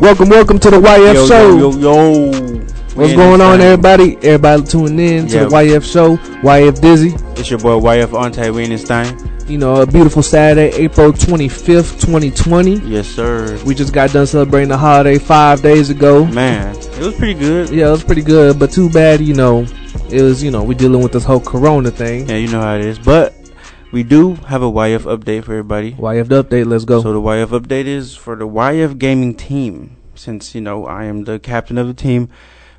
Welcome, welcome to the YF yo, Show. yo, yo, yo. What's Man, going it's on, time. everybody? Everybody tuning in to Yeah. the YF Show. YF Dizzy. It's your boy YF Ante Weinstein. You know, a beautiful Saturday, April 25th, 2020. Yes, sir. We just got done celebrating the holiday five days ago. Man, it was pretty good. Yeah, it was pretty good, but too bad, you know, it was, you know, we dealing with this whole corona thing. Yeah, you know how it is. But we do have a YF update for everybody. YF the update, let's go. So the YF update is for the YF gaming team. Since you know I am the captain of the team,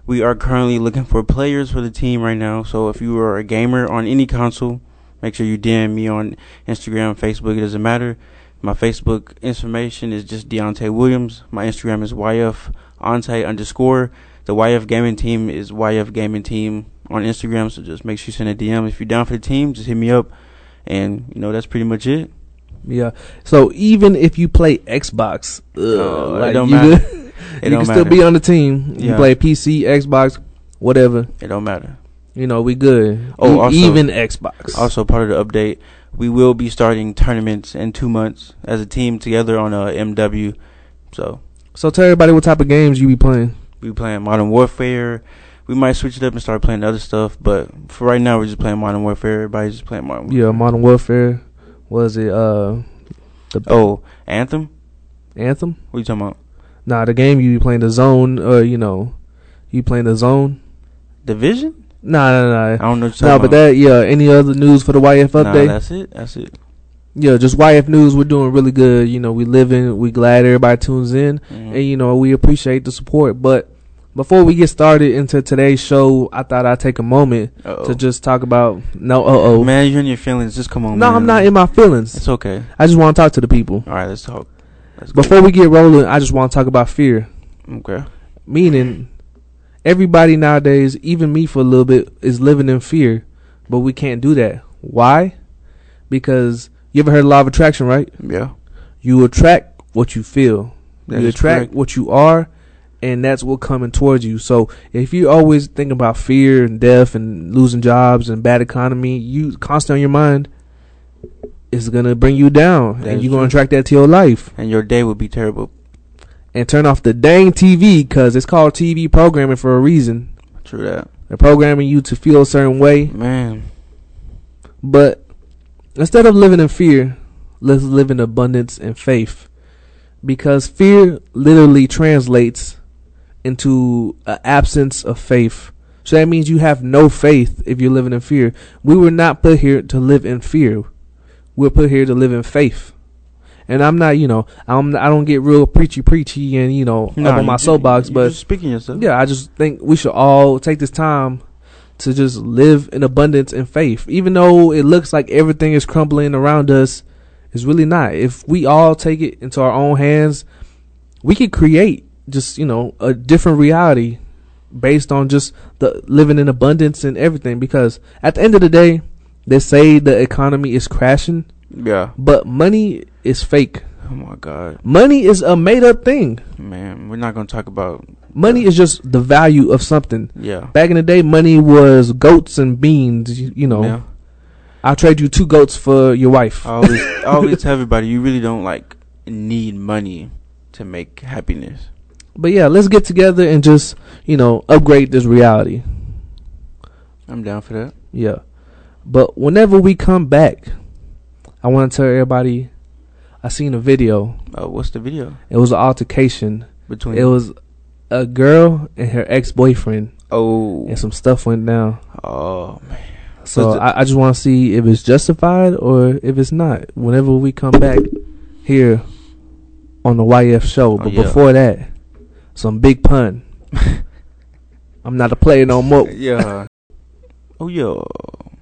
we are currently looking for players for the team right now. So if you are a gamer on any console, make sure you DM me on Instagram, Facebook. It doesn't matter. My Facebook information is just Deontay Williams. My Instagram is YF Ante underscore. The YF gaming team is YF gaming team on Instagram. So just make sure you send a DM if you're down for the team. Just hit me up, and you know that's pretty much it. Yeah. So even if you play Xbox, ugh, Oh, it like don't you, matter. could- It you don't can still matter. be on the team. You Yeah. can play PC, Xbox, whatever. It don't matter. You know, we good. Oh, E- also- even Xbox. Also, part of the update, we will be starting tournaments in two months as a team together on uh, MW. So So tell everybody what type of games you be playing. we playing Modern Warfare. We might switch it up and start playing other stuff, but for right now, we're just playing Modern Warfare. Everybody's just playing Modern. Yeah, Modern Warfare. Was it uh the Oh, Anthem. Anthem? What you talking about? Nah, the game you be playing the zone, uh, you know, you playing the zone. Division? Nah, nah, I nah. don't know. What you're No, talking but that yeah. Any other news for the YF about. update? Nah, that's it. That's it. yeah, just YF news. We're doing really good. You know, we living. We glad everybody tunes in. Mhm. and you know we appreciate the support but before we get started into today's show i thought i'd take a moment Uh-oh. to just talk about no uh-oh Oh. man, you're in your feelings. Just come on. no man. i'm not in my feelings It's okay. i just want to talk to the people All right, let's talk. Let's go. before we get rolling i just want to talk about fear Okay. meaning everybody nowadays even me for a little bit is living in fear but we can't do that why because you ever heard of law of attraction right Yeah. you attract what you feel That you is attract correct. what you are, and that's what coming towards you. So if you always think about fear and death and losing jobs and bad economy, you constant on your mind, it's gonna bring you down, That and is you're gonna true. attract that to your life. And your day would be terrible. And turn off the dang TV because it's called TV programming for a reason. True that. They're programming you to feel a certain way, Man. but instead of living in fear, let's live in abundance and faith, because fear literally translates into an absence of faith. So that means you have no faith if you're living in fear. We were not put here to live in fear. We're put here to live in faith. And I'm not, you know, I'm I don't get real preachy preachy and you know Nah, up on my you- soapbox, you but just speaking yourself. yeah, I just think we should all take this time to just live in abundance and faith. Even though it looks like everything is crumbling around us, it's really not. If we all take it into our own hands, we could create just, you know, a different reality based on just the living in abundance and everything because at the end of the day, they say the economy is crashing, Yeah. but money is fake. Oh my God, Money is a made up thing. man. We're not gonna talk about. Money is just the value of something. Yeah. Back in the day, money was goats and beans. You, you know, Yeah. Oh. I'll trade you two goats for your wife. I always, I always tell everybody, you really don't like need money to make happiness. but yeah, let's get together and just, you know, upgrade this reality. I'm down for that. Yeah. But whenever we come back, I want to tell everybody I seen a video. Uh, what's the video It was an altercation. between? It was a girl and her ex boyfriend, oh, and some stuff went down. oh man. So Was it- I, I just want to see if it's justified or if it's not. Whenever we come back here on the YF show, Oh, but yeah. before that, some big pun. I'm not a player no more. Yeah. oh yeah.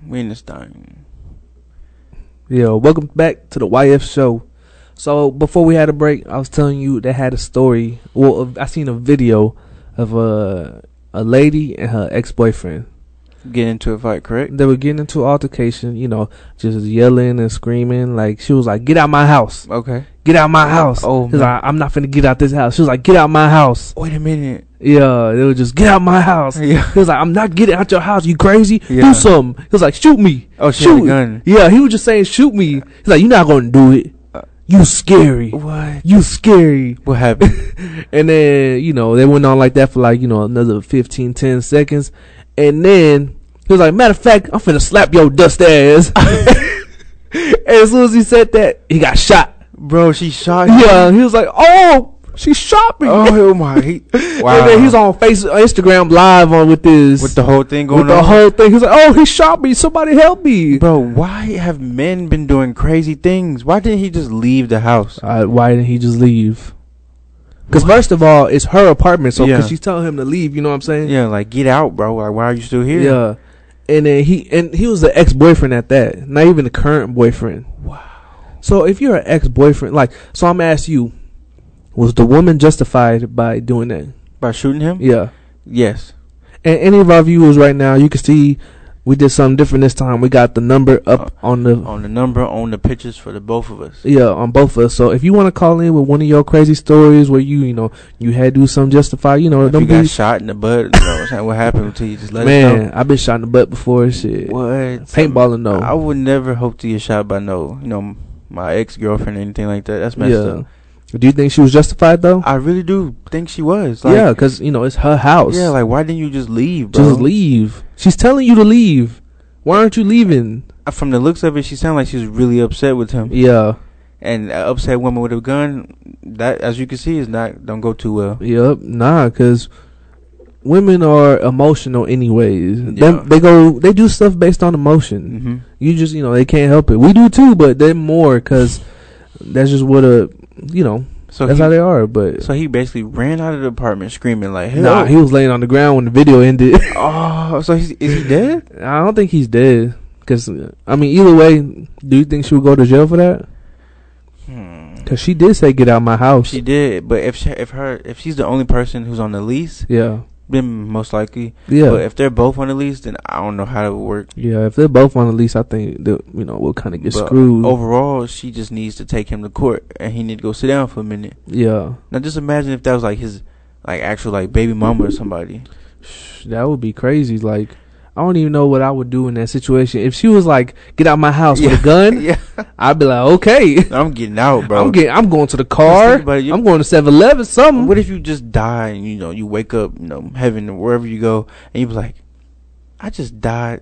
We in this thing. Yeah, welcome back to the YF show. So before we had a break, I was telling you they had a story. Well, I seen a video of a a lady and her ex boyfriend. Get into a fight, correct? They were getting into altercation. You know, just yelling and screaming. Like she was like, "Get out my house." Okay. get out my house. Oh, He's man. like, I'm not finna get out this house. She was like, get out my house. Wait a minute. Yeah, they were just get out my house. He Yeah. was like, I'm not getting out your house. You crazy? Yeah. Do something. He was like, shoot me. Oh, she shoot had a gun. Yeah, he was just saying shoot me. He's like, you're not gonna do it. You scary. What? You scary. What happened? And then, you know, they went on like that for like, you know, another 15, 10 seconds. And then he was like, matter of fact, I'm finna slap your dust ass. and as soon as he said that, he got shot. Bro, she shot him. Yeah, he was like, oh, she shot me. Oh my. He, wow. And then he's on face uh, Instagram live on with this. With the whole thing going with the on. whole thing. He's like, oh, he shot me. Somebody help me. Bro, why have men been doing crazy things? Why didn't he just leave the house? Uh, why didn't he just leave? Because first of all, it's her apartment, so Yeah. because she's telling him to leave, you know what I'm saying? Yeah, like get out, bro. Like why are you still here? Yeah. And then he and he was the ex boyfriend at that, not even the current boyfriend. Wow. So if you're an ex boyfriend, like, so I'm gonna ask you, was the woman justified by doing that? By shooting him? Yeah. Yes. And any of our viewers right now, you can see we did something different this time. We got the number up on the Uh, On the number, on the pictures for the both of us. Yeah, on both of us. So if you want to call in with one of your crazy stories where you, you know, you had to do something justified, you know, If don't you got be shot in the butt, you know what I'm saying? What happened to you? Just let us man. I've been shot in the butt before. and Shit, know. What? paintballing though. I would never hope to get shot by no, you know, my ex girlfriend or anything like that. That's messed yeah. up. Do you think she was justified though? I really do think she Yeah, was. 'cause Like, yeah, because you know it's her house. yeah, like why didn't you just leave, bro? just leave. She's telling you to leave. Why aren't you leaving? Uh, From the looks of it, she sounded like she was really upset with him. Yeah, And an upset woman with a gun, that as you can see, is not don't go too well. yep, nah, because women are emotional anyways. Yeah. They, they go, they do stuff based on emotion. Mm-hmm. You just, you know, they can't help it. We do too, but they're more because that's just what a, you know, So that's he, how they are. But so he basically ran out of the apartment screaming like, "Help!" nah, he was laying on the ground when the video ended. oh, so he's, is he dead? I don't think he's dead. Cause I mean, either way, do you think she would go to jail for that? Hmm. Cause she did say, "Get out of my house." She did, but if she, if her if she's the only person who's on the lease, yeah, then most likely. yeah, But if they're both on the lease, then I don't know how it would work. yeah. If they're both on the lease, I think that you know we'll kind of get But screwed. Overall, she just needs to take him to court, and he need to go sit down for a minute. yeah, Now, just imagine if that was like his, like actual like baby mama or somebody. Sh- that would be crazy. Like, I don't even know what I would do in that situation. If she was like, "Get out of my house with a gun," yeah, I'd be like, "Okay." I'm getting out, bro. I'm getting. I'm going to the Just car. think about it. You- I'm going to 7-Eleven. Something. what if you just die and you know you wake up, you know, heaven or wherever you go, and you be like, I just died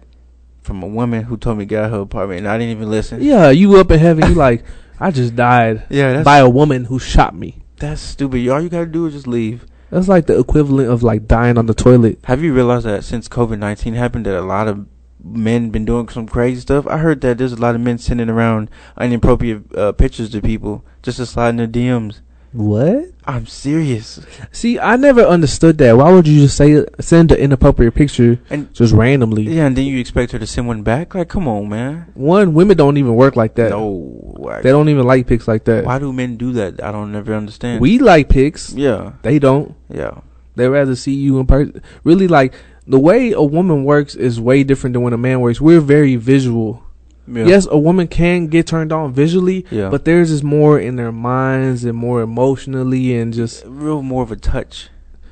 from a woman who told me to get out of her apartment, and I didn't even listen. yeah, you up in heaven. You like, I just died yeah, that's by a woman who shot me. that's stupid. All you gotta do is just leave. That's like the equivalent of like dying on the toilet. Have you realized that since COVID nineteen happened, that a lot of men been doing some crazy stuff? I heard that there's a lot of men sending around inappropriate uh, pictures to people just to slide in their DMs. What? I'm serious. See, I never understood that. Why would you just say send an inappropriate picture And- just randomly? Yeah, and then you expect her to send one back? Like, come on, man. One, women don't even work like that. no, like, They don't even like pics like that. why do men do that? I don't never understand. We like pics. yeah, They don't. yeah, They rather see you in person. Really, like the way a woman works is way different than when a man works. We're very visual. yeah. Yes, a woman can get turned on visually, yeah. but theirs is more in their minds and more emotionally and just real more of a touch.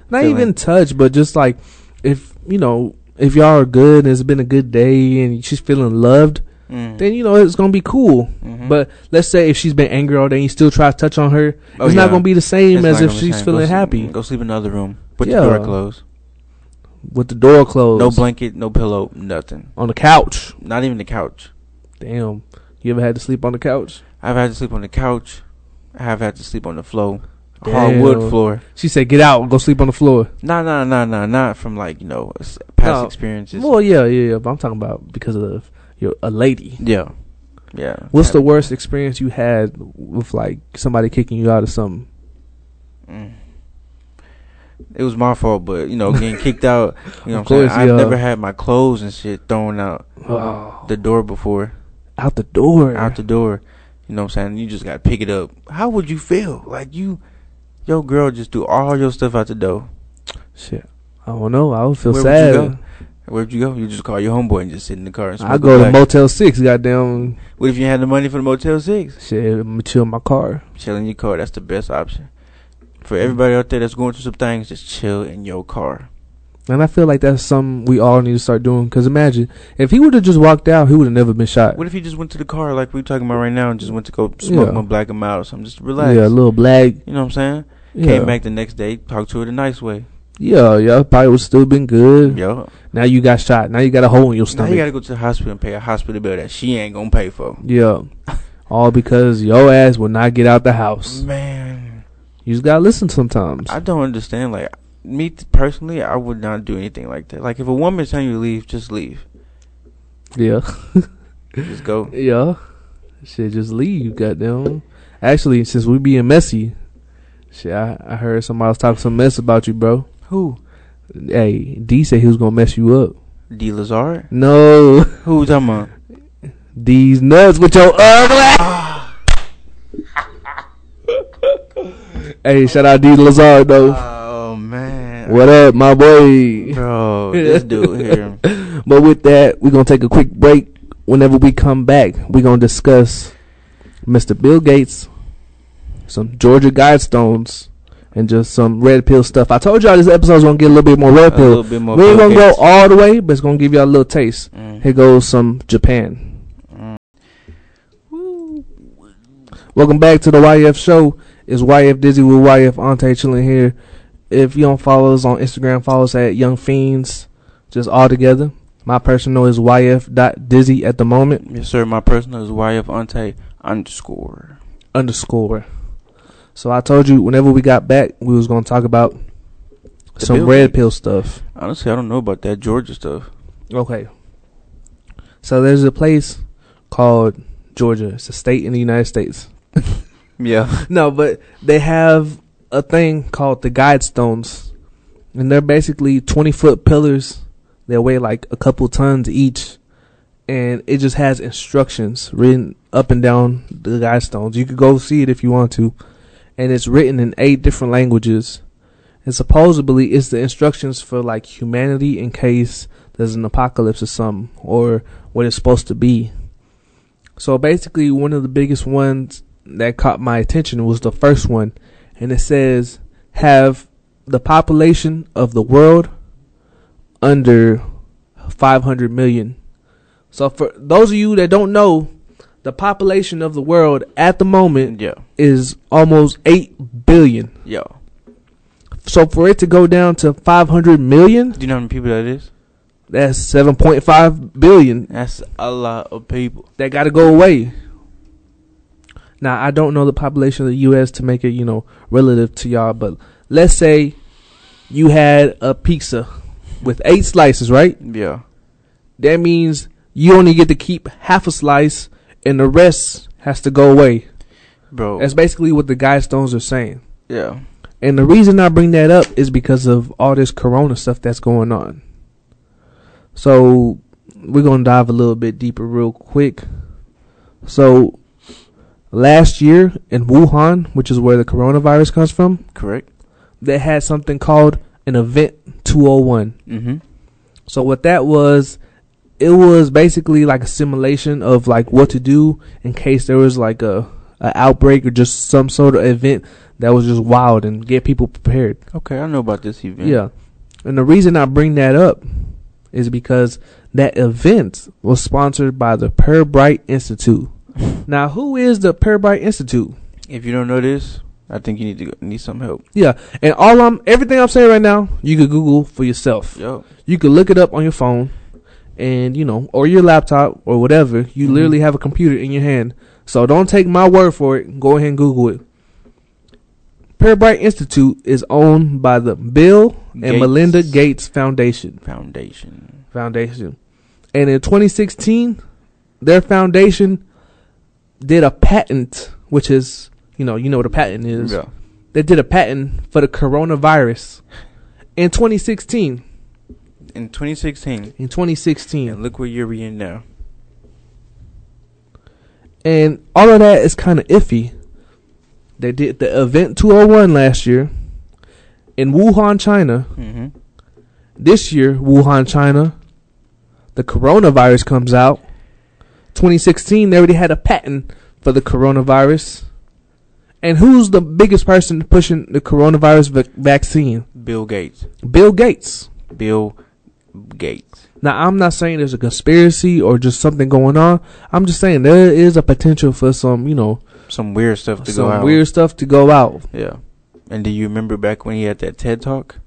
not Feeling. even touch, but just like if you know if y'all are good and it's been a good day and she's feeling loved, Mm. then you know it's gonna be cool. Mhm. But let's say if she's been angry all day, and you still try to touch on her, Oh, it's yeah. not gonna be the same It's as not if gonna be she's the same. Go feeling sleep- happy Go sleep in another room. Put Yeah. the door closed. with the door closed, No blanket, no pillow, nothing. on the couch. Not even the couch. Damn, you ever had to sleep on the couch? I've had to sleep on the couch. I have had to sleep on the floor. Damn. Hardwood floor. She said, "Get out, go sleep on the floor." Nah, nah, nah, nah. Not from like you know s- past No. experiences. well, yeah, yeah, yeah, but I'm talking about because of you're a lady. Yeah, yeah. What's the Have- worst experience you had with like somebody kicking you out of something? Mm. It was my fault, but you know, getting kicked out. You know, Of what I'm saying? course, I've yeah. never had my clothes and shit thrown out Oh. the door before, Out the door. out the door. You know what I'm saying? You just gotta pick it up. How would you feel? Like you, your girl just threw all your stuff out the door. Shit. I don't know. I would feel Where would you sad. go? Where'd you go? You just call your homeboy and just sit in the car and smoke. I a go to pack. Motel Six. Goddamn. What if you had the money for the Motel Six? Shit. I'ma chill in my car. Chill in your car. That's the best option. For everybody out there that's going through some things, just chill in your car. And I feel like that's something we all need to start doing. Because imagine if he would have just walked out, he would have never been shot. What if you just went to the car like we talking about right now and just went to go smoke Yeah. one black and mild or something? Just relax. Yeah, a little black. You know what I'm saying? Yeah. Came back the next day, talked to her the nice way. Yeah, yeah, probably would still been good. Yo, Now you got shot. Now you got a hole in your now stomach. you gotta go to the hospital and pay a hospital bill that she ain't gonna pay for. yeah, all because your ass will not get out the house. Man, You just gotta listen sometimes. I don't understand. Like me t- personally, I would not do anything like that. Like if a woman's telling you to leave, just leave. yeah, Just go. yeah. Shit, just leave. Goddamn. Actually, since we being messy, shit, I, I heard somebody was talking some mess about you, bro. Who? Hey, D said he was gonna mess you up. D Lazard? No. Who we talking about? these nuts with your ugly. ass. hey, shout out D Lazard though. Oh man. What up, my boy? Bro, this dude here. But with that, we're gonna take a quick break. Whenever we come back, we're gonna discuss Mr. Bill Gates, some Georgia Guidestones, and just some red pill stuff. I told y'all this episode's gonna get a little bit more A red pill. little bit more. We ain't gonna go focused. all the way, but it's gonna give y'all a little taste. Mm. Here goes some Japan. Mm. Welcome back to the YF show. It's YF Dizzy with YF Ante chilling here. If you don't follow us on Instagram, follow us at Young Fiends, just all together. My personal is YF.dizzy at the moment, Yes, sir. My personal is YF Ante underscore. underscore. So I told you whenever we got back, we was going to talk about The some Bill red Gates. pill stuff. Honestly, I don't know about that Georgia stuff. Okay. So there's a place called Georgia. It's a state in the United States. Yeah. No, but they have a thing called the guidestones, and they're basically twenty foot pillars. They weigh like a couple tons each, and it just has instructions written up and down the guidestones. You could go see it if you want to, and it's written in eight different languages. And supposedly, it's the instructions for like humanity in case there's an apocalypse or something, or what it's supposed to be. So basically, one of the biggest ones that caught my attention was the first one, and it says have the population of the world under 500 million. So for those of you that don't know, the population of the world at the moment Yeah. is almost 8 billion. Yeah. So for it to go down to 500 million, Do you know how many people that is? that's 7.5 billion That's a lot of people. that got to go away. Now I don't know the population of the U.S. to make it you know relative to y'all, but let's say you had a pizza with eight slices, right? Yeah. That means you only get to keep half a slice, and the rest has to go away. Bro. That's basically what the guidestones are saying. yeah. And the reason I bring that up is because of all this corona stuff that's going on. So we're going to dive a little bit deeper real quick. So last year in Wuhan, which is where the coronavirus comes from, Correct. they had something called an event 201. Mm-hmm. So what that was it was basically like a simulation of like what to do in case there was like a, a outbreak or just some sort of event that was just wild and get people prepared. Okay, I know about this event. Yeah. And the reason I bring that up is because that event was sponsored by the Perbright Institute. Now, who is the Perbright Institute? If you don't know this, I think you need to go, need some help. And all I'm everything I'm saying right now, you could Google for yourself. Yo. You could look it up on your phone and, you know, or your laptop or whatever. You Mhm. literally have a computer in your hand. So don't take my word for it. Go ahead and Google it. Perbright Institute is owned by the Bill and Melinda Gates Foundation. Foundation. Foundation. And in 2016, their foundation did a patent, which is, you know, you know what a patent is. Yeah. They did a patent for the coronavirus in 2016. In 2016. In 2016. And look where you're in now. And all of that is kind of iffy. They did the event 201 last year in Wuhan, China. Mm-hmm. This year, Wuhan, China, the coronavirus comes out. 2016, they already had a patent for the coronavirus. And who's the biggest person pushing the coronavirus vac- vaccine? Bill Gates. Bill Gates. Bill Gates. Now, I'm not saying there's a conspiracy or just something going on. I'm just saying there is a potential for some, you know, Some weird stuff to go some out. weird stuff to go out. Yeah. And do you remember back when he had that TED Talk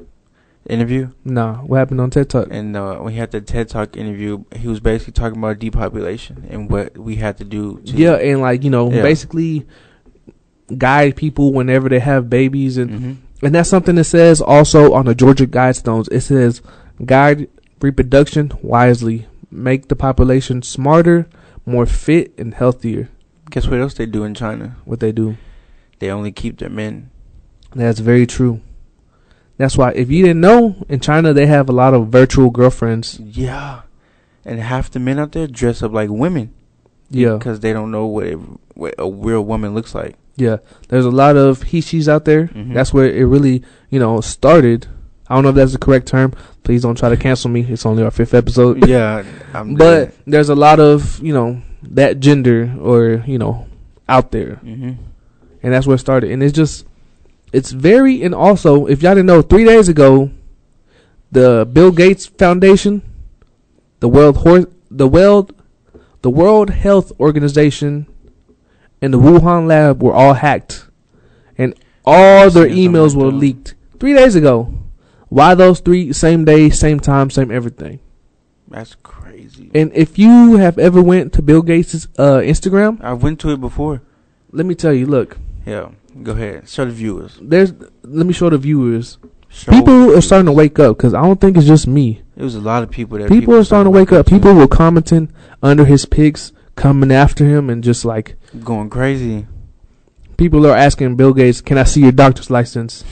interview? Nah, what happened on TED Talk? And uh, when he had the TED Talk interview, he was basically talking about depopulation and what we had to do. To Yeah, and like you know, Yeah. basically guide people whenever they have babies, and Mhm. and that's something that says also on the Georgia Guidestones. It says guide reproduction wisely, make the population smarter, more fit, and healthier. Guess what else they do in China? What they do. They only keep their men. That's very true. That's why if you didn't know, in China they have a lot of virtual girlfriends. Yeah. And half the men out there dress up like women. Yeah, Because they don't know what, it, what a real woman looks like. yeah. There's a lot of he she's out there. Mhm. That's where it really, you know, started. I don't know if that's the correct term. Please don't try to cancel me. It's only our fifth episode. yeah. I'm but there's a lot of, you know, that gender or, you know, out there. hmm And that's where it started. And it's just, it's very, and also, if y'all didn't know, three days ago, the Bill Gates Foundation, the World Horse, the World, the World Health Organization, and the Wuhan lab were all hacked, and all their Seen something emails like were that. leaked three days ago. Why those three? Same day, same time, same everything. That's crazy. And if you have ever went to Bill Gates' uh, Instagram, I went to it before. let me tell you. Look, Yeah. Go ahead. Show the viewers. there's. Let me show the viewers. Show People are viewers. starting to wake up because I don't think it's just me. It was a lot of people that People are starting to wake up. to. People were commenting under his pics, coming after him, and just like going crazy. people are asking Bill Gates, "Can I see your doctor's license?"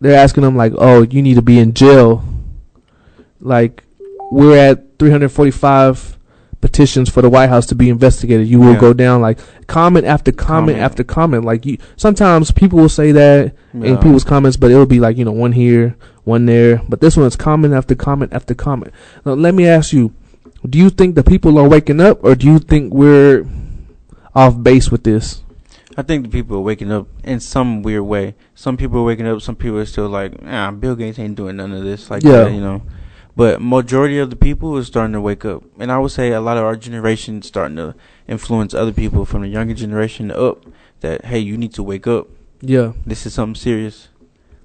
They're asking him like, "Oh, you need to be in jail." Like, we're at 345 petitions for the White House to be investigated. You will Yeah. go down like comment after comment, Comment. after comment. Like, you sometimes people will say that in Yeah. people's comments, but it'll be like you know one here, one there. But this one's comment after comment after comment. Now, let me ask you: Do you think the people are waking up, or do you think we're off base with this? I think the people are waking up in some weird way. Some people are waking up. Some people are still like, "Nah, Bill Gates ain't doing none of this." Like, Yeah. that, you know. But majority of the people is starting to wake up, and I would say a lot of our generation is starting to influence other people from the younger generation up. That hey, you need to wake up. Yeah, This is something serious.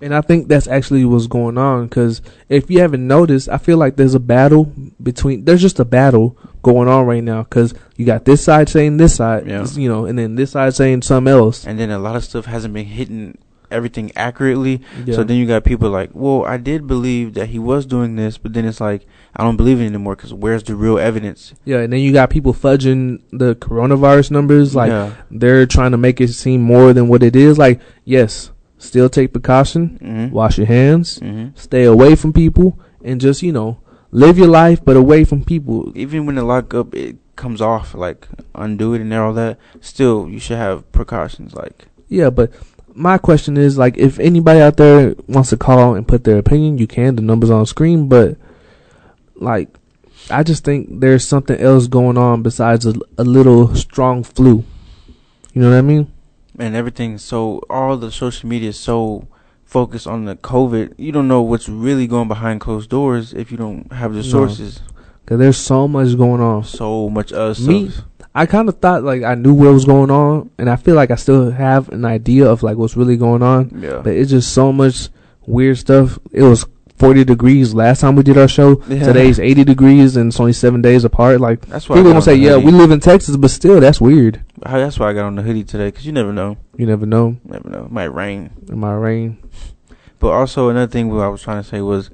and I think that's actually what's going on. Because if you haven't noticed, I feel like there's a battle between. There's just a battle going on right now. Because you got this side saying this side, Yeah. you know, and then this side saying something else. And then a lot of stuff hasn't been hitting everything accurately. Yeah. So then you got people like, well, I did believe that he was doing this, but then it's like, I don't believe it anymore because where's the real evidence? yeah, and then you got people fudging the coronavirus numbers, like. yeah. they're trying to make it seem more than what it is. Like, yes, still take precaution, mm-hmm. wash your hands, hmm stay away from people, and just, you know, live your life but away from people. Even when the lock up, it comes off like undo it and all that. Still, you should have precautions. Like, Yeah, but my question is like if anybody out there wants to call and put their opinion, you can. The numbers on screen, but like I just think there's something else going on besides a, a little strong flu. You know what I mean? and everything. So all the social media is so focused on the COVID. You don't know what's really going behind closed doors if you don't have No. the sources. Cause there's so much going on. So much other Me- stuff. I kind of thought like I knew what was going on, and I feel like I still have an idea of like what's really going on, Yeah. but it's just so much weird stuff. It was 40 degrees last time we did our show. Yeah. Today's 80 degrees, and it's only seven days apart. Like That's why I people gonna got on say, the "Yeah, hoodie. we live in Texas," but still, that's weird. How- That's why I got on the hoodie today because you never know. You never know. Never know. It might rain. It might rain. But also another thing what I was trying to say was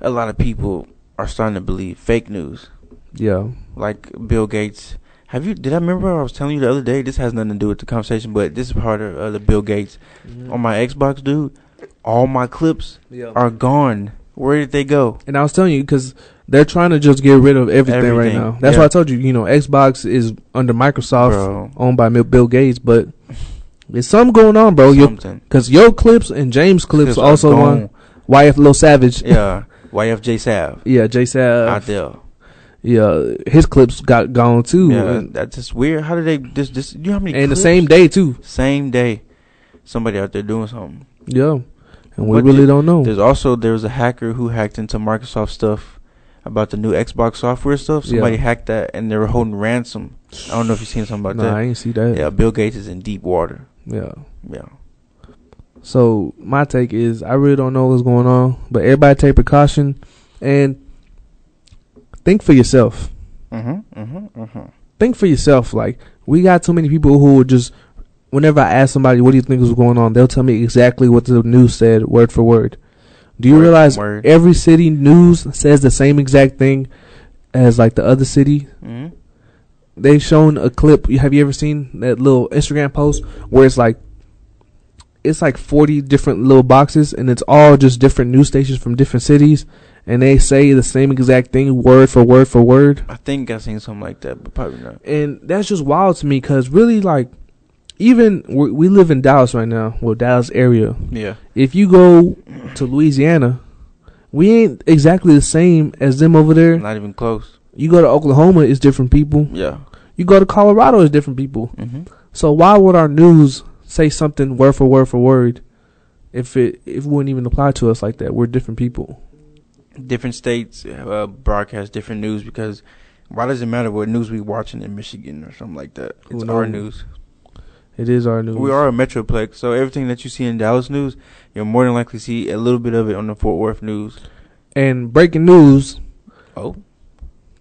a lot of people are starting to believe fake news. Yeah, Like Bill Gates. Have you did I remember I was telling you the other day this has nothing to do with the conversation, but this is part of uh, the Bill Gates. On my Xbox dude, all my clips yeah. are gone. Where did they go? And I was telling you because they're trying to just get rid of everything, right Everything. now. That's Yeah. why I told you. You know, Xbox is under Microsoft, Bro. owned by Mil- Bill Gates, but. There's something going on, bro. Your Something. Cause yo clips and James clips Clips are also on gone. YF Lil Savage. Uh, Yeah, Yeah. YFJ Sav Jay out Sav. there. Yeah, his clips got gone too, Yeah, and, that's just weird. How did they this this you know how many uh, and the clips? same day too. same day somebody out there doing something. Yeah, and we What really did- don't know. There's also there was a hacker who hacked into Microsoft stuff about the new Xbox software stuff. Yeah. Somebody hacked that and they were holding ransom. I don't know if you've seen something about nah, I ain't see that. that. Yeah, Bill Gates is in deep water. Yeah. Yeah. So my take is I really don't know what's going on, but everybody take precaution and think for yourself. Mm-hmm. Mm-hmm. Mm-hmm. Think for yourself. Like we got too many people who will just whenever I ask somebody what do you think is going on, they'll tell me exactly what the news said word for word. Do you Word for realize word. every city news says the same exact thing as like the other city? Mm-hmm. They've shown a clip. Have you ever seen that little Instagram post where it's like it's like 40 different little boxes and it's all just different news stations from different cities and they say the same exact thing word for word for word I think I've seen something like that, but probably not. and that's just wild to me because really like even we we live in dallas right now well dallas area Yeah. if you go to louisiana we ain't exactly the same as them over there Not even close. you go to oklahoma it's different people Yeah. you go to colorado it's different people Mm-hmm. so why would our news say something word for word for word if it if it wouldn't even apply to us like that? We're different people. different states uh, broadcast different news because why does it matter what news we watching in Michigan or something like that? Who It's our knows? news. It is our news. We are a metroplex, so everything that you see in Dallas news, you'll more than likely see a little bit of it on the Fort Worth news. And breaking news: Oh,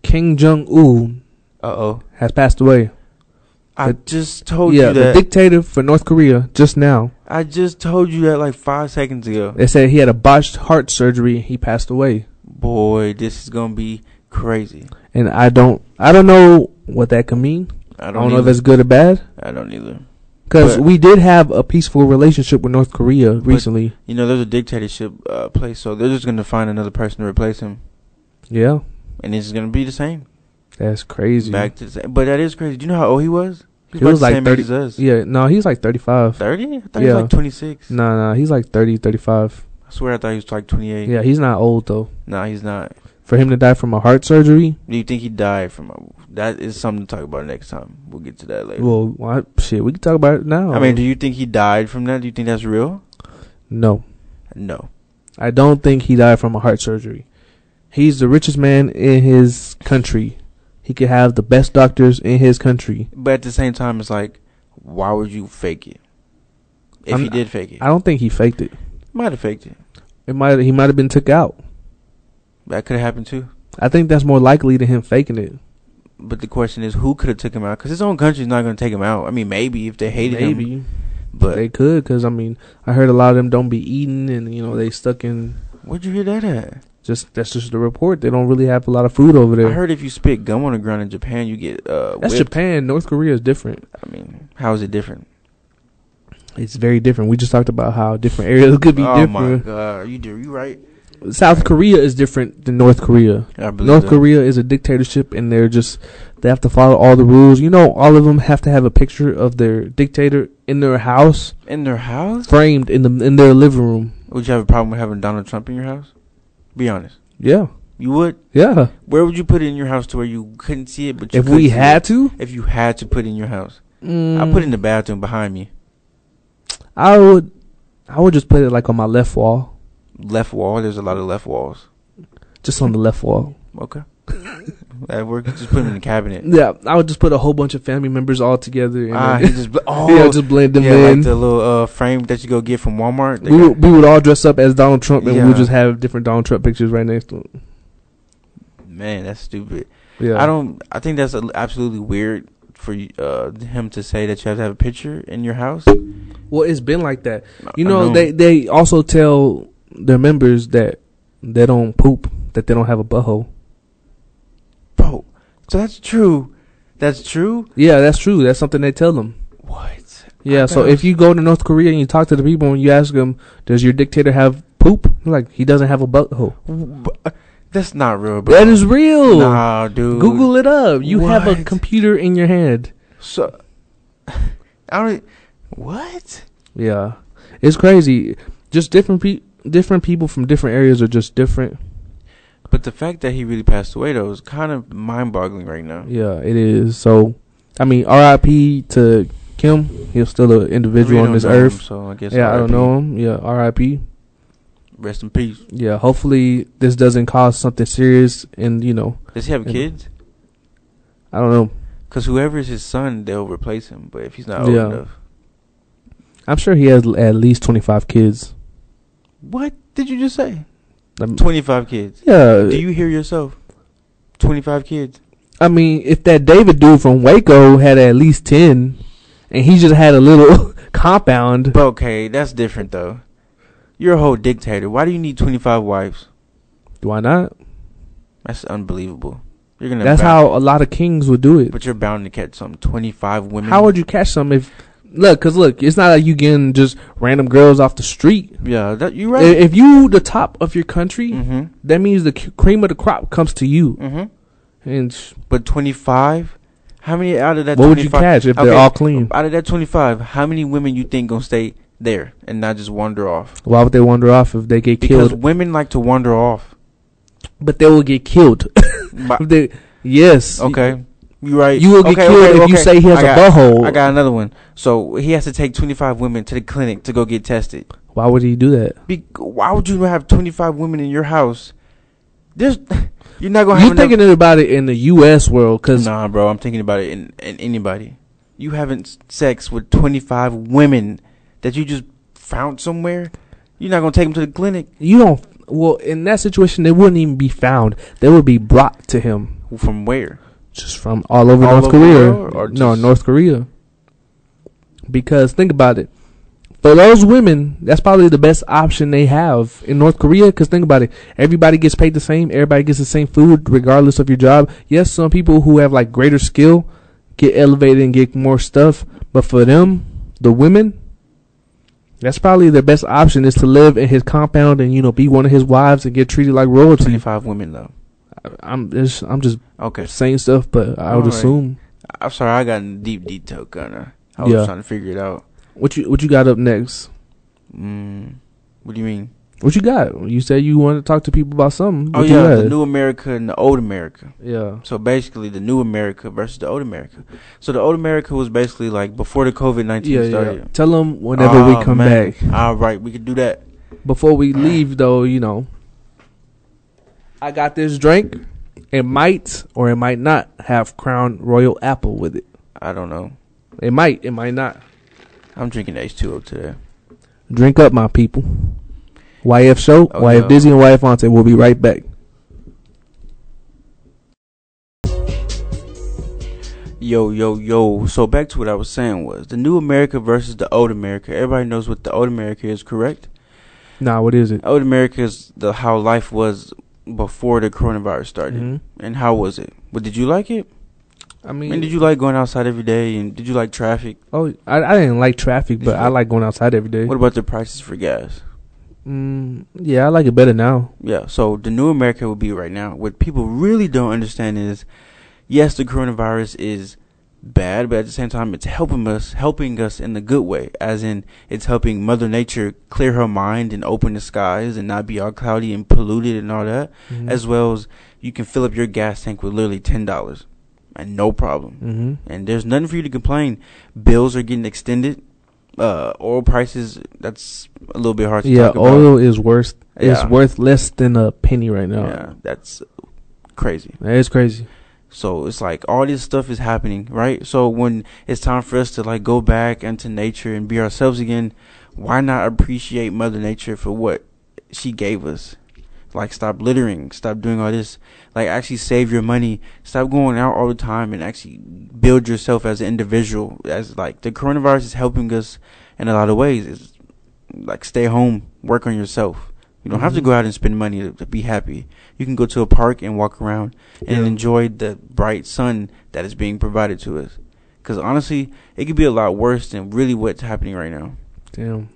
King Jong Un uh oh. has passed away. I The- just told yeah, you the that. dictator for North Korea just now. I just told you that like five seconds ago. They said he had a botched heart surgery. He passed away, Boy, this is gonna be crazy. and I don't I don't know what that could mean. I I don't, don't, know if either. it's good or bad. I don't either. Because But- we did have a peaceful relationship with North Korea recently. You know, there's a dictatorship uh, place, so they're just gonna find another person to replace him, Yeah, and it's gonna be the same. that's crazy. Back to the same. But that is crazy. Do you know how old he was? He was like 30 as us. yeah, no, he's like thirty five. 30? I thought he Yeah. was like 26. Nah, nah, he's like 30, 35. I swear I thought he was like 28. Yeah, he's not old though. Nah, he's not. For him to die from a heart surgery, Do you think he died from a, that is something to talk about next time. We'll get to that later. well, why shit, we can talk about it now. I mean, do you think he died from that? Do you think that's real? no, No. I don't think he died from a heart surgery. He's the richest man in his country. He could have the best doctors in his country. But at the same time, it's like, why would you fake it? If I'm- he did fake it, I don't think he faked it. might have faked it. It might he might have been took out. That could have happened too. I think that's more likely than him faking it. But the question is, who could have took him out? Because his own country's not going to take him out. I mean, maybe if they hated him, Maybe but they could because I mean I heard a lot of them don't be eating and you know they stuck in where'd you hear that at? just that's just the report. They don't really have a lot of food over there. I heard if you spit gum on the ground in Japan, you get uh. That's whipped. Japan. North Korea is different. I mean, how is it different? It's very different. We just talked about how different areas could be oh my different. god, you do you right? South Korea is different than North Korea. I believe North that. Korea is a dictatorship, and they're just they have to follow all the rules. You know, all of them have to have a picture of their dictator in their house, in their house. framed in the in their living room. Would you have a problem with having Donald Trump in your house? Be honest, Yeah, you would. yeah. Where would you put it in your house to where you couldn't see it? But you if could we see had it? to, if you had to put it in your house, mm, I put it in the bathroom behind me, I would, I would just put it like on my left wall, left wall. There's a lot of left walls. just on the left wall. Okay, that work. Just put them in the cabinet. Yeah, I would just put a whole bunch of family members all together. And Ah, then- he just bl- oh, yeah, just blend them yeah, in. like the little uh frame that you go get from Walmart. They we got- would, we would all dress up as Donald Trump and we would Yeah. just have different Donald Trump pictures right next to him. man, that's stupid. Yeah. I don't. I think that's a- absolutely weird for you, uh, him to say that you have to have a picture in your house. Well, it's been like that. You I know, they they also tell their members that they don't poop, that they don't have a butthole. bro. So that's true. That's true. Yeah, that's true. That's something they tell them. What? Yeah, I so thought- if you go to North Korea and you talk to the people and you ask them, "Does your dictator have poop?" They're like, "He doesn't have a butthole." Wh- uh, That's not real, bro. That is real. Nah, dude. Google it up. You have a What? computer in your hand. So I don't. e, What? Yeah, it's crazy. Just different pe- different people from different areas are just different. But the fact that he really passed away though is kind of mind-boggling right now. Yeah, it is. So, I mean, R.I.P. to Kim. He's still an I really individual on don't this know him, earth. so I guess Yeah, I don't RIP. know him. Yeah, R.I.P. Rest in peace. Yeah, hopefully this doesn't cause something serious and you know, Does he have Yeah. kids? I don't know. Because whoever is his son, they'll replace him. But if he's not old Yeah. enough, I'm sure he has l- at least 25 kids. what did you just say? Um, Twenty-five kids. yeah. Do you hear yourself? Twenty-five kids. I mean, if that David dude from Waco had at least 10 and he just had a little compound, But okay, that's different though. You're a whole dictator. Why do you need twenty-five wives? why not? That's unbelievable. You're gonna. That's bound- how a lot of kings would do it. But you're bound to catch some twenty-five women. How would you catch some if look? Cause look, it's not like you getting just random girls off the street. Yeah, that you I- right. If you the top of your country, Mm-hmm. that means the c- cream of the crop comes to you. Mm-hmm. And sh- But twenty-five. How many out of that? what would you 25 catch if they're Okay. all clean? Out of that twenty-five, how many women you think gonna stay there and not just wander off? Why would they wander off if they get Because killed? women like to wander off. But they will get killed. By- If they- yes. okay, you right. You will get Okay, killed okay, if you okay. say he has I a got- butthole. I got another one. So he has to take 25 women to the clinic to go get tested. Why would he do that? Be- why would you have 25 women in your house? There's, you're not gonna. You have thinking about it in the U.S. world? Enough- Cause nah, bro. I'm thinking about it in, in anybody. You having s- sex with 25 women that you just found somewhere. You're not gonna take them to the clinic you don't. Well, in that situation, they wouldn't even be found. They would be brought to him from where? just from all over All North over the world Korea. or No, just- North Korea. Because think about it. For those women, that's probably the best option they have in North Korea. Because think about it, everybody gets paid the same. Everybody gets the same food, regardless of your job. Yes, some people who have like greater skill get elevated and get more stuff. But for them, the women, that's probably their best option is to live in his compound and you know be one of his wives and get treated like royalty. 25 women though. I- I'm just, I'm just Okay. saying stuff, but I would Alright. assume. I'm sorry. I got in deep detail, kinda. I was Yeah. trying to figure it out. What you what you got up next? Mm, what do you mean? What you got? You said you wanted to talk to people about something. Oh What you yeah, the got? new America and the old America. yeah. So basically, the new America versus the old America. So the old America was basically like before the COVID nineteen Yeah, yeah. started. Tell them whenever Oh, we come man. back. All right, we could do that. Before we leave, though, you know, I got this drink. It might or it might not have Crown Royal Apple with it. I don't know. It might. It might not. I'm drinking H two O today. Drink up, my people. YF Show, Oh, YF yeah. Dizzy, and YF Fonte. We'll be right back. Yo, yo, yo. So back to what I was saying was the new America versus the old America. Everybody knows what the old America is, correct? Nah, what is it? Old America is the how life was before the coronavirus started. Mhm. And how was it? But did you like it? I I mean, mean, did you like going outside every day? And did you like traffic? oh, I, I didn't like traffic, but I like going outside every day. What about the prices for gas? Mm, yeah, I like it better now. Yeah, so the new America would be right now. What people really don't understand is, yes, the coronavirus is bad, but at the same time, it's helping us, helping us in the good way, as in it's helping Mother Nature clear her mind and open the skies and not be all cloudy and polluted and all that, Mm-hmm. as well as you can fill up your gas tank with literally ten dollars, and no problem. hmm and there's nothing for you to complain. Bills are getting extended. Uh, oil prices. That's a little bit hard to Yeah, talk about. oil is worth it's Yeah. worth less than a penny right now. Yeah, that's crazy. That is crazy. So it's like all this stuff is happening, right? So when it's time for us to like go back into nature and be ourselves again, why not appreciate Mother Nature for what she gave us? Like stop littering, stop doing all this. Like actually save your money. Stop going out all the time and actually build yourself as an individual. As like the coronavirus is helping us in a lot of ways. It's like stay home, work on yourself. You don't have to Mhm. go out and spend money to, to be happy. You can go to a park and walk around and Yeah. enjoy the bright sun that is being provided to us. Because honestly, it could be a lot worse than really what's happening right now. Damn,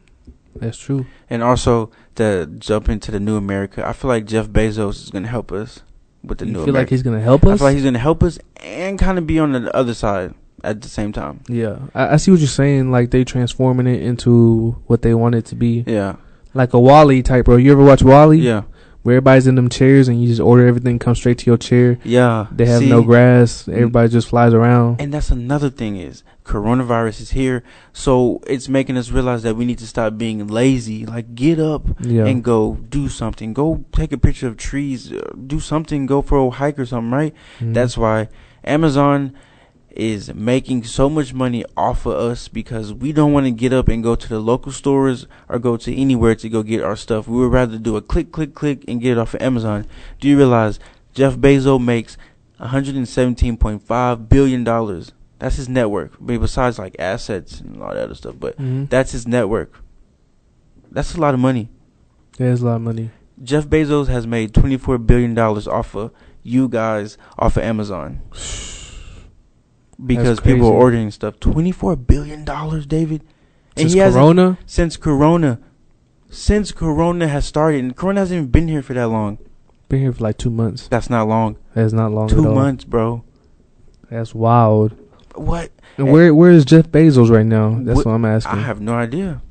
that's true. And also to jump into the new America, I feel like Jeff Bezos is gonna help us with the you new feel America. like he's gonna help I us? feel like he's gonna help us and kind of be on the other side at the same time. yeah, I, I see what you're saying. Like they transforming it into what they want it to be, Yeah, like a Wally type, bro. You ever watch Wally? yeah. where everybody's in them chairs and you just order everything come straight to your chair. Yeah. They have see, no grass. Everybody just flies around. And that's another thing is coronavirus is here, so it's making us realize that we need to stop being lazy. Like get up Yeah. and go do something. Go take a picture of trees. uh, Do something. Go for a hike or something. Right. Mhm. That's why Amazon is making so much money off of us because we don't want to get up and go to the local stores or go to anywhere to go get our stuff. We would rather do a click, click, click and get it off of Amazon. Do you realize Jeff Bezos makes $117.5 billion? That's his network. Be- Besides like assets and all that other stuff, but Mhm. that's his network. That's a lot of money. There's a lot of money. Jeff Bezos has made $24 billion off of you guys off of Amazon. Because people are crazy. ordering stuff. $24 billion, David? Since he hasn't- Corona, Since Corona. Since Corona has started. And Corona hasn't even been here for that long. been here for like two months. That's not long. That's not long Two at all. months, bro. That's wild. What? And Eh. where where is Jeff Bezos right now? That's What- what, I'm asking. I have no idea.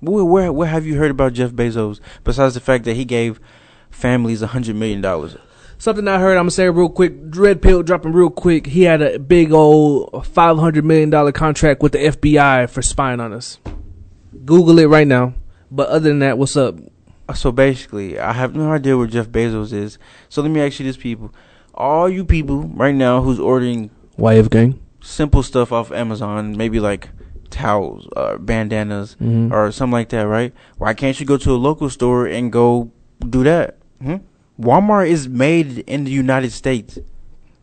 Where, where, where have you heard about Jeff Bezos besides the fact that he gave families $100 million? Something I heard, I'm gonna say real quick. Dread Pill dropping real quick. He had a big old five hundred million dollar contract with the FBI for spying on us. Google it right now. But other than that, what's up? So basically, I have no idea where Jeff Bezos is. So let me ask you this, people. All you people right now who's ordering YF gang. simple stuff off Amazon, maybe like towels or bandanas Mm-hmm. or something like that, right? Why can't you go to a local store and go do that? Hmm? Walmart is made in the United States.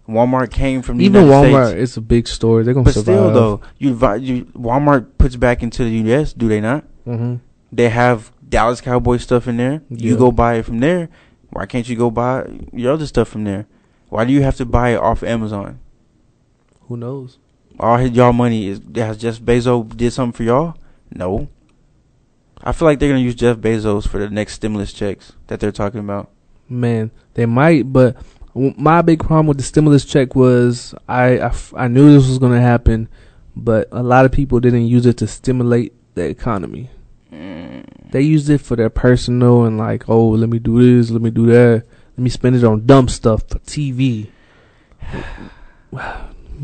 Walmart came from the Even United Walmart, States. it's a big store. They're gonna But survive. still, though, you, vi- you Walmart puts back into the U.S., do they not? hmm They have Dallas Cowboy stuff in there. You Yeah. go buy it from there. Why can't you go buy your other stuff from there? Why do you have to buy it off Amazon? who knows? All his, y'all money is has Jeff Bezos did something for y'all? No. I feel like they're gonna use Jeff Bezos for the next stimulus checks that they're talking about. Man, they might. But w- my big problem with the stimulus check was I I f- I knew this was gonna happen, but a lot of people didn't use it to stimulate the economy. They used it for their personal and like, oh, let me do this, let me do that, let me spend it on dumb stuff for TV. When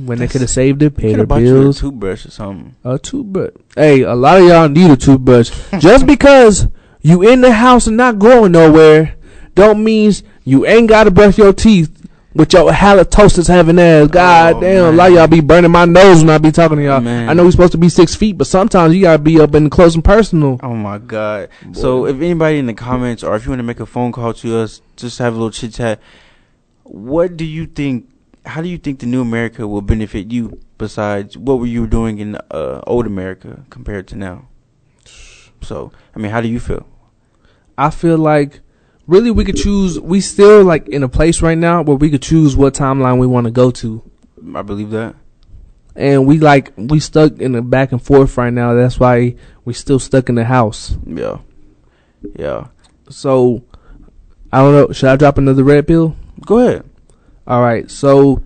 they That's- could have saved it, paid Could their have bought you a bills, toothbrush or something. a toothbrush. Hey, a lot of y'all need a toothbrush. Just because you in the house and not going nowhere, don't means you ain't gotta brush your teeth with your halitosis having ass. God Oh, damn, a lot man. of y'all be burning my nose when I be talking to y'all. Man. I know we supposed to be six feet, but sometimes you gotta be up in close and personal. Oh my god. So Boy. if anybody in the comments or if you want to make a phone call to us, just have a little chit chat. What do you think? How do you think the new America will benefit you? Besides, what were you doing in uh, old America compared to now? So I mean, how do you feel? I feel like really we could choose. We still like in a place right now where we could choose what timeline we want to go to, I believe that. and we like we stuck in the back and forth right now. That's why we still stuck in the house. Yeah, yeah. So I don't know. Should I drop another red pill? Go ahead. All right. So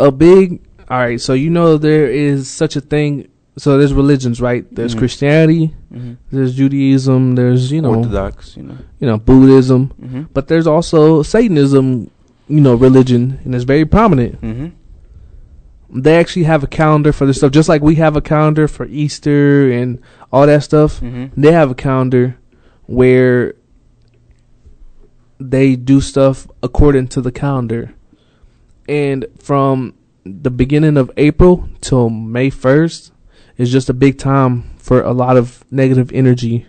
a big. All right. So you know there is such a thing. So there's religions, right? There's Mhm. Christianity. Mm-hmm. There's Judaism. There's you know Orthodox, you know. you know Buddhism. hmm But there's also Satanism. You know religion, and it's very prominent. hmm they actually have a calendar for this stuff, just like we have a calendar for Easter and all that stuff. hmm They have a calendar where they do stuff according to the calendar. And from the beginning of April till May 1st is just a big time for a lot of negative energy.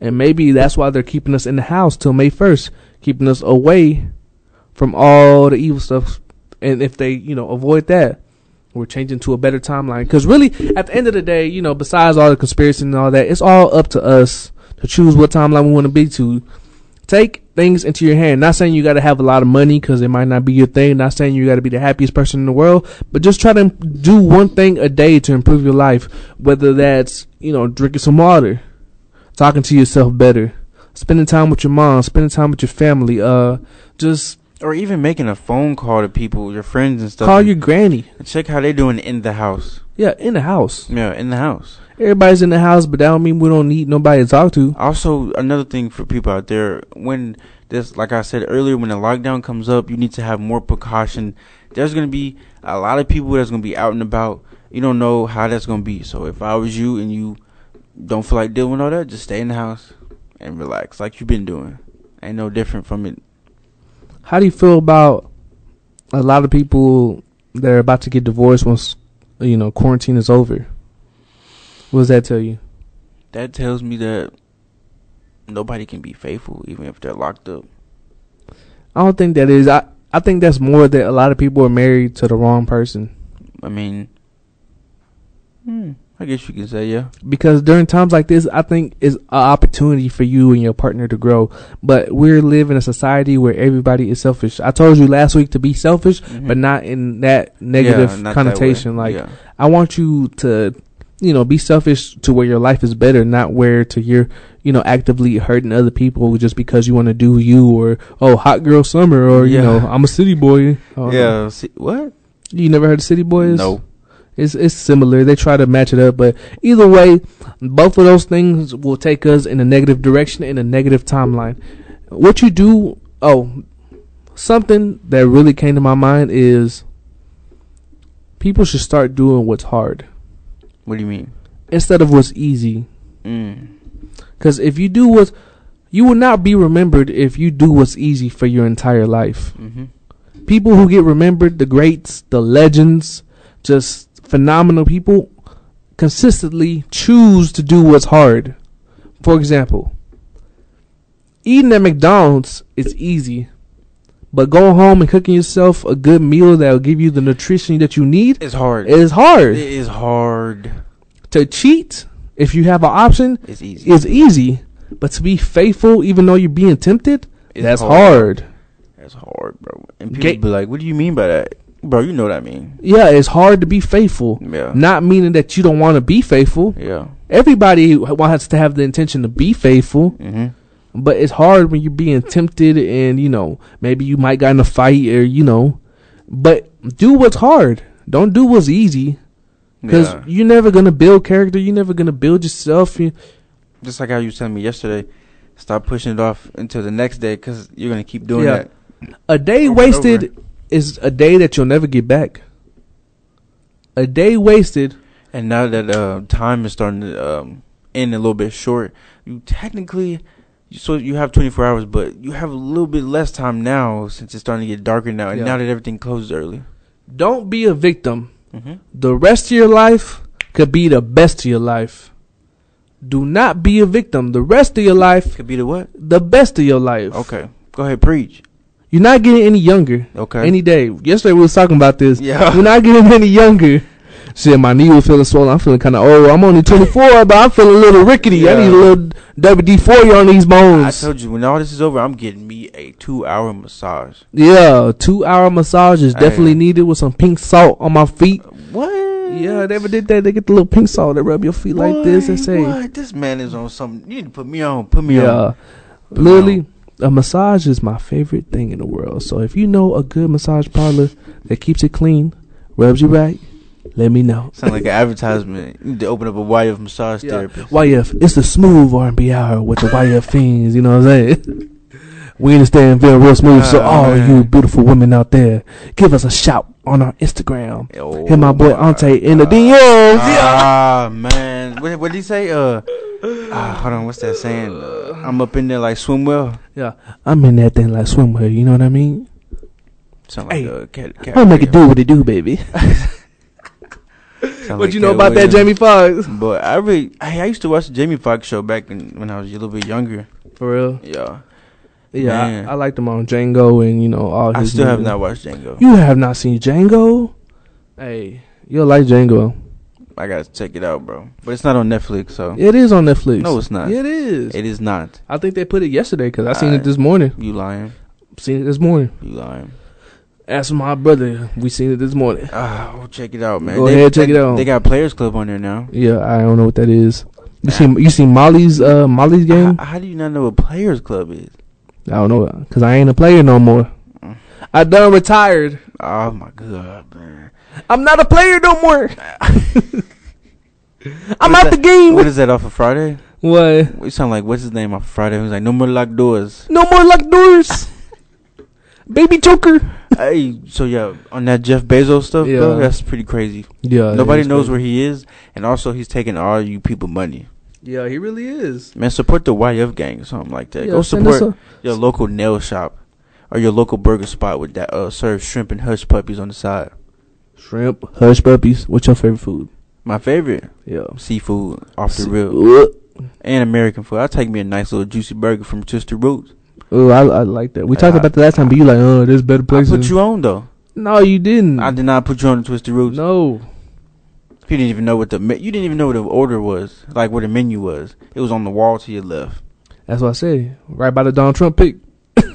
And maybe that's why they're keeping us in the house till May 1st, keeping us away from all the evil stuff. And if they, you know, avoid that, we're changing to a better timeline. Because really, at the end of the day, you know, besides all the conspiracy and all that, it's all up to us to choose what timeline we want to be to. Take things into your hand. Not saying you got to have a lot of money because it might not be your thing. Not saying you got to be the happiest person in the world, but just try to do one thing a day to improve your life. Whether that's you know drinking some water, talking to yourself better, spending time with your mom, spending time with your family. Uh, just Or even making a phone call to people, your friends and stuff. call your granny. and check how they doing in the house. Yeah, in the house. Yeah, in the house. Everybody's in the house, but that don't mean we don't need nobody to talk to. Also, another thing for people out there, when This, like I said earlier, when the lockdown comes up, you need to have more precaution. There's gonna be a lot of people that's gonna be out and about. You don't know how that's gonna be. So if I was you and you don't feel like dealing with all that, just stay in the house and relax, like you've been doing. Ain't no different from it. How do you feel about a lot of people that are about to get divorced once you know quarantine is over? What does that tell you? That tells me that nobody can be faithful, even if they're locked up. I don't think that is. I I think that's more that a lot of people are married to the wrong person I mean, hmm, I guess you can say yeah. because during times like this, I think is an opportunity for you and your partner to grow. But we're living in a society where everybody is selfish. I told you last week to be selfish, but not in that negative Mm. Mm-hmm. Yeah, not that way. connotation. like Yeah. I want you to, you know, be selfish to where your life is better, not where to you're, you know, actively hurting other people just because you want to do you or oh, hot girl summer or you Yeah. know, I'm a city boy. Uh, yeah. See, what? you never heard of city boys? No. It's it's similar. They try to match it up, but either way, both of those things will take us in a negative direction in a negative timeline. What you do? Oh, something that really came to my mind is people should start doing what's hard What do you mean? instead of what's easy. Mm. Because if you do what's, you will not be remembered if you do what's easy for your entire life. Mm-hmm. People who get remembered, the greats, the legends, just phenomenal people, consistently choose to do what's hard. For example, eating at McDonald's is easy. But going home and cooking yourself a good meal that will give you the nutrition that you need It's hard. is it hard. is hard. To cheat, if you have an option, It's easy. is easy, but to be faithful even though you're being tempted, It's that's hard. That's hard, bro. And people Ga- be like, "What do you mean by that, bro? You know what I mean? Yeah, it's hard to be faithful. Yeah. Not meaning that you don't want to be faithful. Yeah. Everybody wants to have the intention to be faithful, Mm-hmm. but it's hard when you're being tempted and, you know, maybe you might got in a fight or, you know, but do what's hard. Don't do what's easy because yeah. you're never going to build character. You're never going to build yourself. You- Just like how you was telling me yesterday, stop pushing it off until the next day because you're gonna keep doing Yeah. that. A day Over and wasted is a day that you'll never get back. A day wasted And now that uh, time is starting to um, end a little bit short, you technically, so you have 24 hours, but you have a little bit less time now since it's starting to get darker now, and Yeah. now that everything closes early. Don't be a victim. Mm-hmm. The rest of your life could be the best of your life. Do not be a victim. The rest of your life, Could be the what? the best of your life. Okay, go ahead, preach. You're not getting any younger Okay. any day. Yesterday we was talking about this. yeah. You're not getting any younger. Shit, my knee was feeling swollen. I'm feeling kind of old. I'm only 24, but I'm feeling a little rickety. I Yeah. need a little WD-40 on these I bones. told you when all this is over, I'm getting me a two-hour massage. yeah, two-hour massage is Hey. definitely needed with some pink salt on my feet. What? Yeah, they ever did that? They get the little pink salt. They rub your feet like this and Boy, say, "What? This man is on something. You need to put me on. Put me Yeah. on." Put me Literally, a massage is my favorite thing in the world. So if you know a good massage parlor that keeps it clean, rubs you right, let me know. Sound like an advertisement. You need to open up a wire of massage Yeah. therapy. YF, it's the smooth R&B hour with the YF fiends, you know what I'm saying? We understand very real smooth, so Oh, all man. you beautiful women out there, give us a shout on our Instagram. Oh, Hit my boy Ante in the God. DMs. Yeah. Ah man, what what did he say? Uh, ah, hold on, what's that saying? Uh, I'm up in there like swim well. yeah, I'm in that thing like swimwear, you know what I mean? Sound like Hey, uh, cat, cat I'm gonna make it do what it do, baby. Sound What like you know Cat about that, Jamie Williams. Foxx? But I really, I, I used to watch the Jamie Foxx show back in, when I was a little bit younger. For real? Yeah, Yeah, I, Man. I liked him on Django and you know all. I His still have movies. not watched Django. You have not seen Django? Hey, you'll like Django. I gotta check it out, bro. But it's not on Netflix, so It is on Netflix. no, it's not. it is. It is not. I think they put it yesterday because I seen Alright. it this morning. You lying? Seen it this morning. You lying? Ask my brother. We seen it this morning. Oh, check it out, man. Go They- ahead, check they- it out. They got Players Club on there now. Yeah, I don't know what that is. You seen you seen Molly's uh Molly's game? How, how do you not know what Players Club is? I don't know because I ain't a player no more. I done retired. Oh my god, man! I'm not a player no more. I'm out What is the that- game. What is that off of Friday? What? We sound like what's his name on Friday? He's like, no more locked doors. No more locked doors. Baby Joker. hey, so yeah, on that Jeff Bezos stuff, Yeah. Uh, bro, that's pretty crazy. Yeah. Nobody knows where he is, and also he's taking all you people money. Yeah, he really is. Man, support the YF gang, something like that. Yeah, Go send us support your local nail shop or your local burger spot with that uh serves shrimp and hush puppies on the side. a- shrimp, hush puppies. What's your favorite food? My favorite Yeah. seafood off the See- rib Ooh, and American food. I'll take me a nice little juicy burger from Twisted Roots. ooh, I, I like that. We Yeah, talked I- about that last time, but you like, oh, there's better I places. put you on though. no, you didn't. I did not put you on the Twisted Roots. No. You didn't even know what the me- you didn't even know what the order was, like what the menu was. It was on the wall to your left, That's what I said. Right by the Donald Trump pick.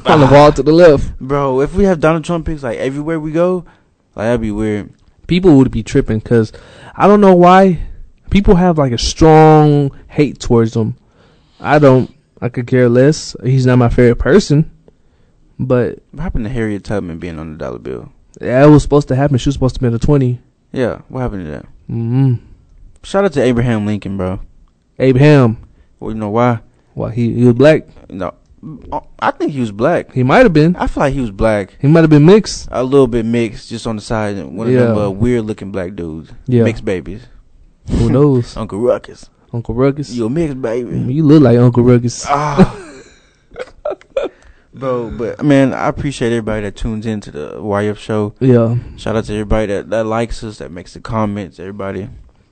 On the wall to the left. bro. If we have Donald Trump pics like everywhere we go, like that'd be weird. People would be tripping because I don't know why. People have like a strong hate towards him. I don't. I could care less. He's not my favorite person. But What happened to Harriet Tubman being on the dollar bill? that was supposed to happen. She was supposed to be in the 20. Yeah, what happened to that? Mm-hmm. Shout out to Abraham Lincoln, bro. Abe Ham. Well, you know why? Well, he, he was black. No, I think he was black. He might have been. I feel like he was black, He might have been mixed. a little bit mixed, just on the side. One of them Yeah. uh, weird looking black dudes, Yeah. mixed babies. Who knows? Uncle Ruckus, Uncle Ruggers. you a mixed baby. You look like Uncle Ruggers. Ah. Bro, but man, I appreciate everybody that tunes into the YF show. Yeah. Shout out to everybody that, that likes us, that makes the comments, everybody.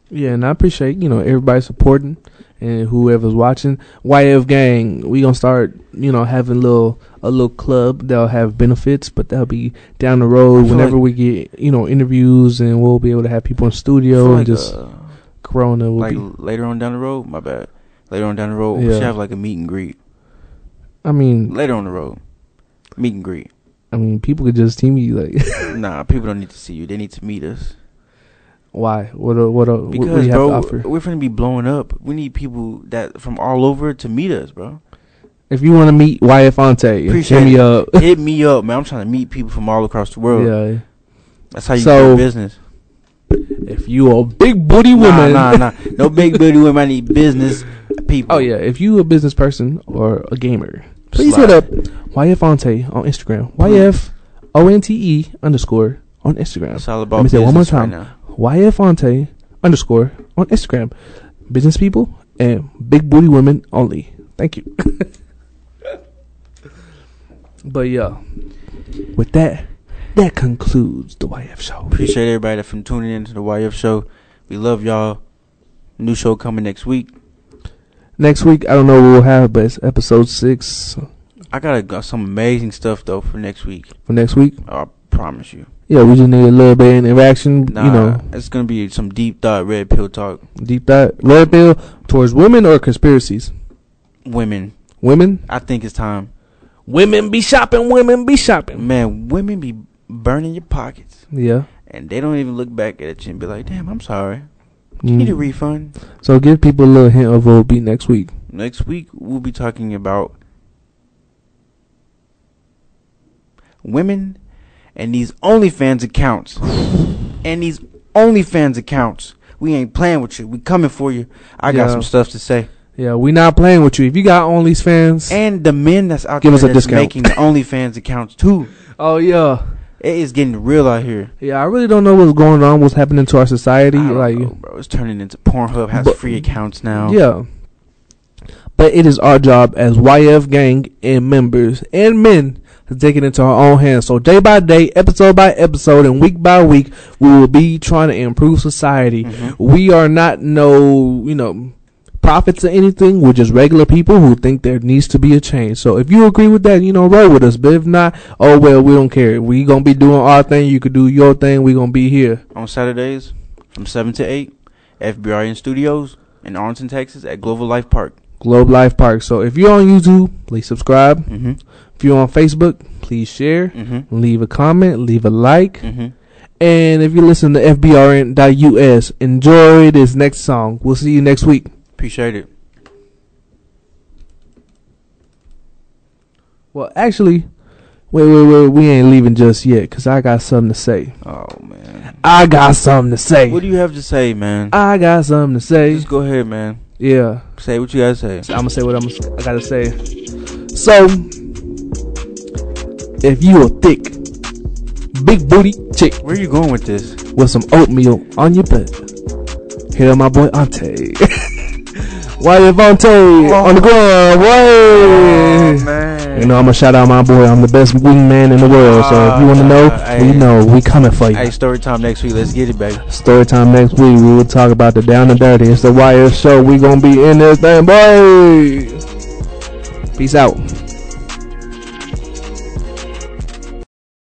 Yeah, and I appreciate, you know, everybody supporting and whoever's watching. YF gang, we gonna start, you know, having little a little club that'll have benefits, but that'll be down the I road feel whenever like- we get, you know, interviews and we'll be able to have people in I studio feel and like, just uh, Corona will like be later on down the road, my bad. Later on down the road, we Yeah. should have like a meet and greet. I mean Later on the road, meet and greet. I mean people could just team you like nah, people don't need to see you. They need to meet us. why? What a, what a, what, what Because, do you bro, have to offer? we're finna be blowing up. We need people that from all over to meet us, bro. If you wanna meet YF Fonte, Appreciate hit me it. up. Hit me up, man. I'm trying to meet people from all across the world. yeah. That's how you So- do business. If you a big booty woman, Nah, nah, nah. No big booty women. I need business people. Oh yeah, if you a business person or a gamer, please Slide. hit up YFonte on Instagram. YF O N T E underscore on Instagram. It's all about Let me say business it one more time. right now. YFonte underscore on Instagram. Business people and big booty women only. Thank you. but yeah, with that, that concludes the YF show. Appreciate everybody that from tuning in to the YF show. We love y'all. New show coming next week. Next week, I don't know what we'll have, but it's episode six I gotta got some amazing stuff though for next week. for next week. I promise you. Yeah, we just need a little bit of interaction. Nah, you know, it's gonna be some deep thought, red pill talk. deep thought red pill towards women or conspiracies Women, women I think it's time. women be shopping women be shopping Man, women be burning your pockets, yeah and they don't even look back at you and be like, "Damn, I'm sorry. You need a mm. refund." so give people a little hint of what will be next week Next week we'll be talking about women and these OnlyFans accounts. and these OnlyFans accounts. We ain't playing with you. We coming for you. I got Yeah. some stuff to say. yeah we not playing with you if you got onlyfans fans And the men that's out Give there us a that's discount. making the OnlyFans accounts too. oh yeah It is getting real out here. yeah i really don't know what's going on what's happening to our society I don't like know, bro, it's turning into Pornhub has But- free accounts now. yeah but it is our job as YF gang and members and men to take it into our own hands. So day by day, episode by episode, and week by week, we will be trying to improve society. Mhm. we are not no you know prophets or anything we're just regular people who think there needs to be a change so if you agree with that you know roll with us but if not oh well we don't care we gonna be doing our thing you could do your thing we gonna be here on Saturdays from 7 to 8, FBRN Studios in Arlington, Texas at Global Life Park. globe life park so if you're on youtube please subscribe Mm-hmm. if you're on facebook please share Mm-hmm. leave a comment leave a like Mm-hmm. and if you listen to fbrn.us enjoy this next song we'll see you next week Appreciate it. well actually wait wait wait we ain't leaving just yet because i got something to say Oh, man. I got something to say. What do you have to say, man? I got something to say. Just go ahead, man. Yeah. Say what you gotta say. I'm gonna say what I'm I gotta say. So, if you a thick, big booty chick Where you going with this? with some oatmeal on your butt, hit up my boy Ante. Why Devontae on the ground? Way. Oh. man. you know, I'm gonna shout out my boy. I'm the best wingman in the world. So if you wanna know, Uh, we hey. know we coming for you. Hey, story time next week. Let's get it, baby. Story time next week. We will talk about the down and dirty. It's the wire show. We gonna be in this thing, boy. Peace out.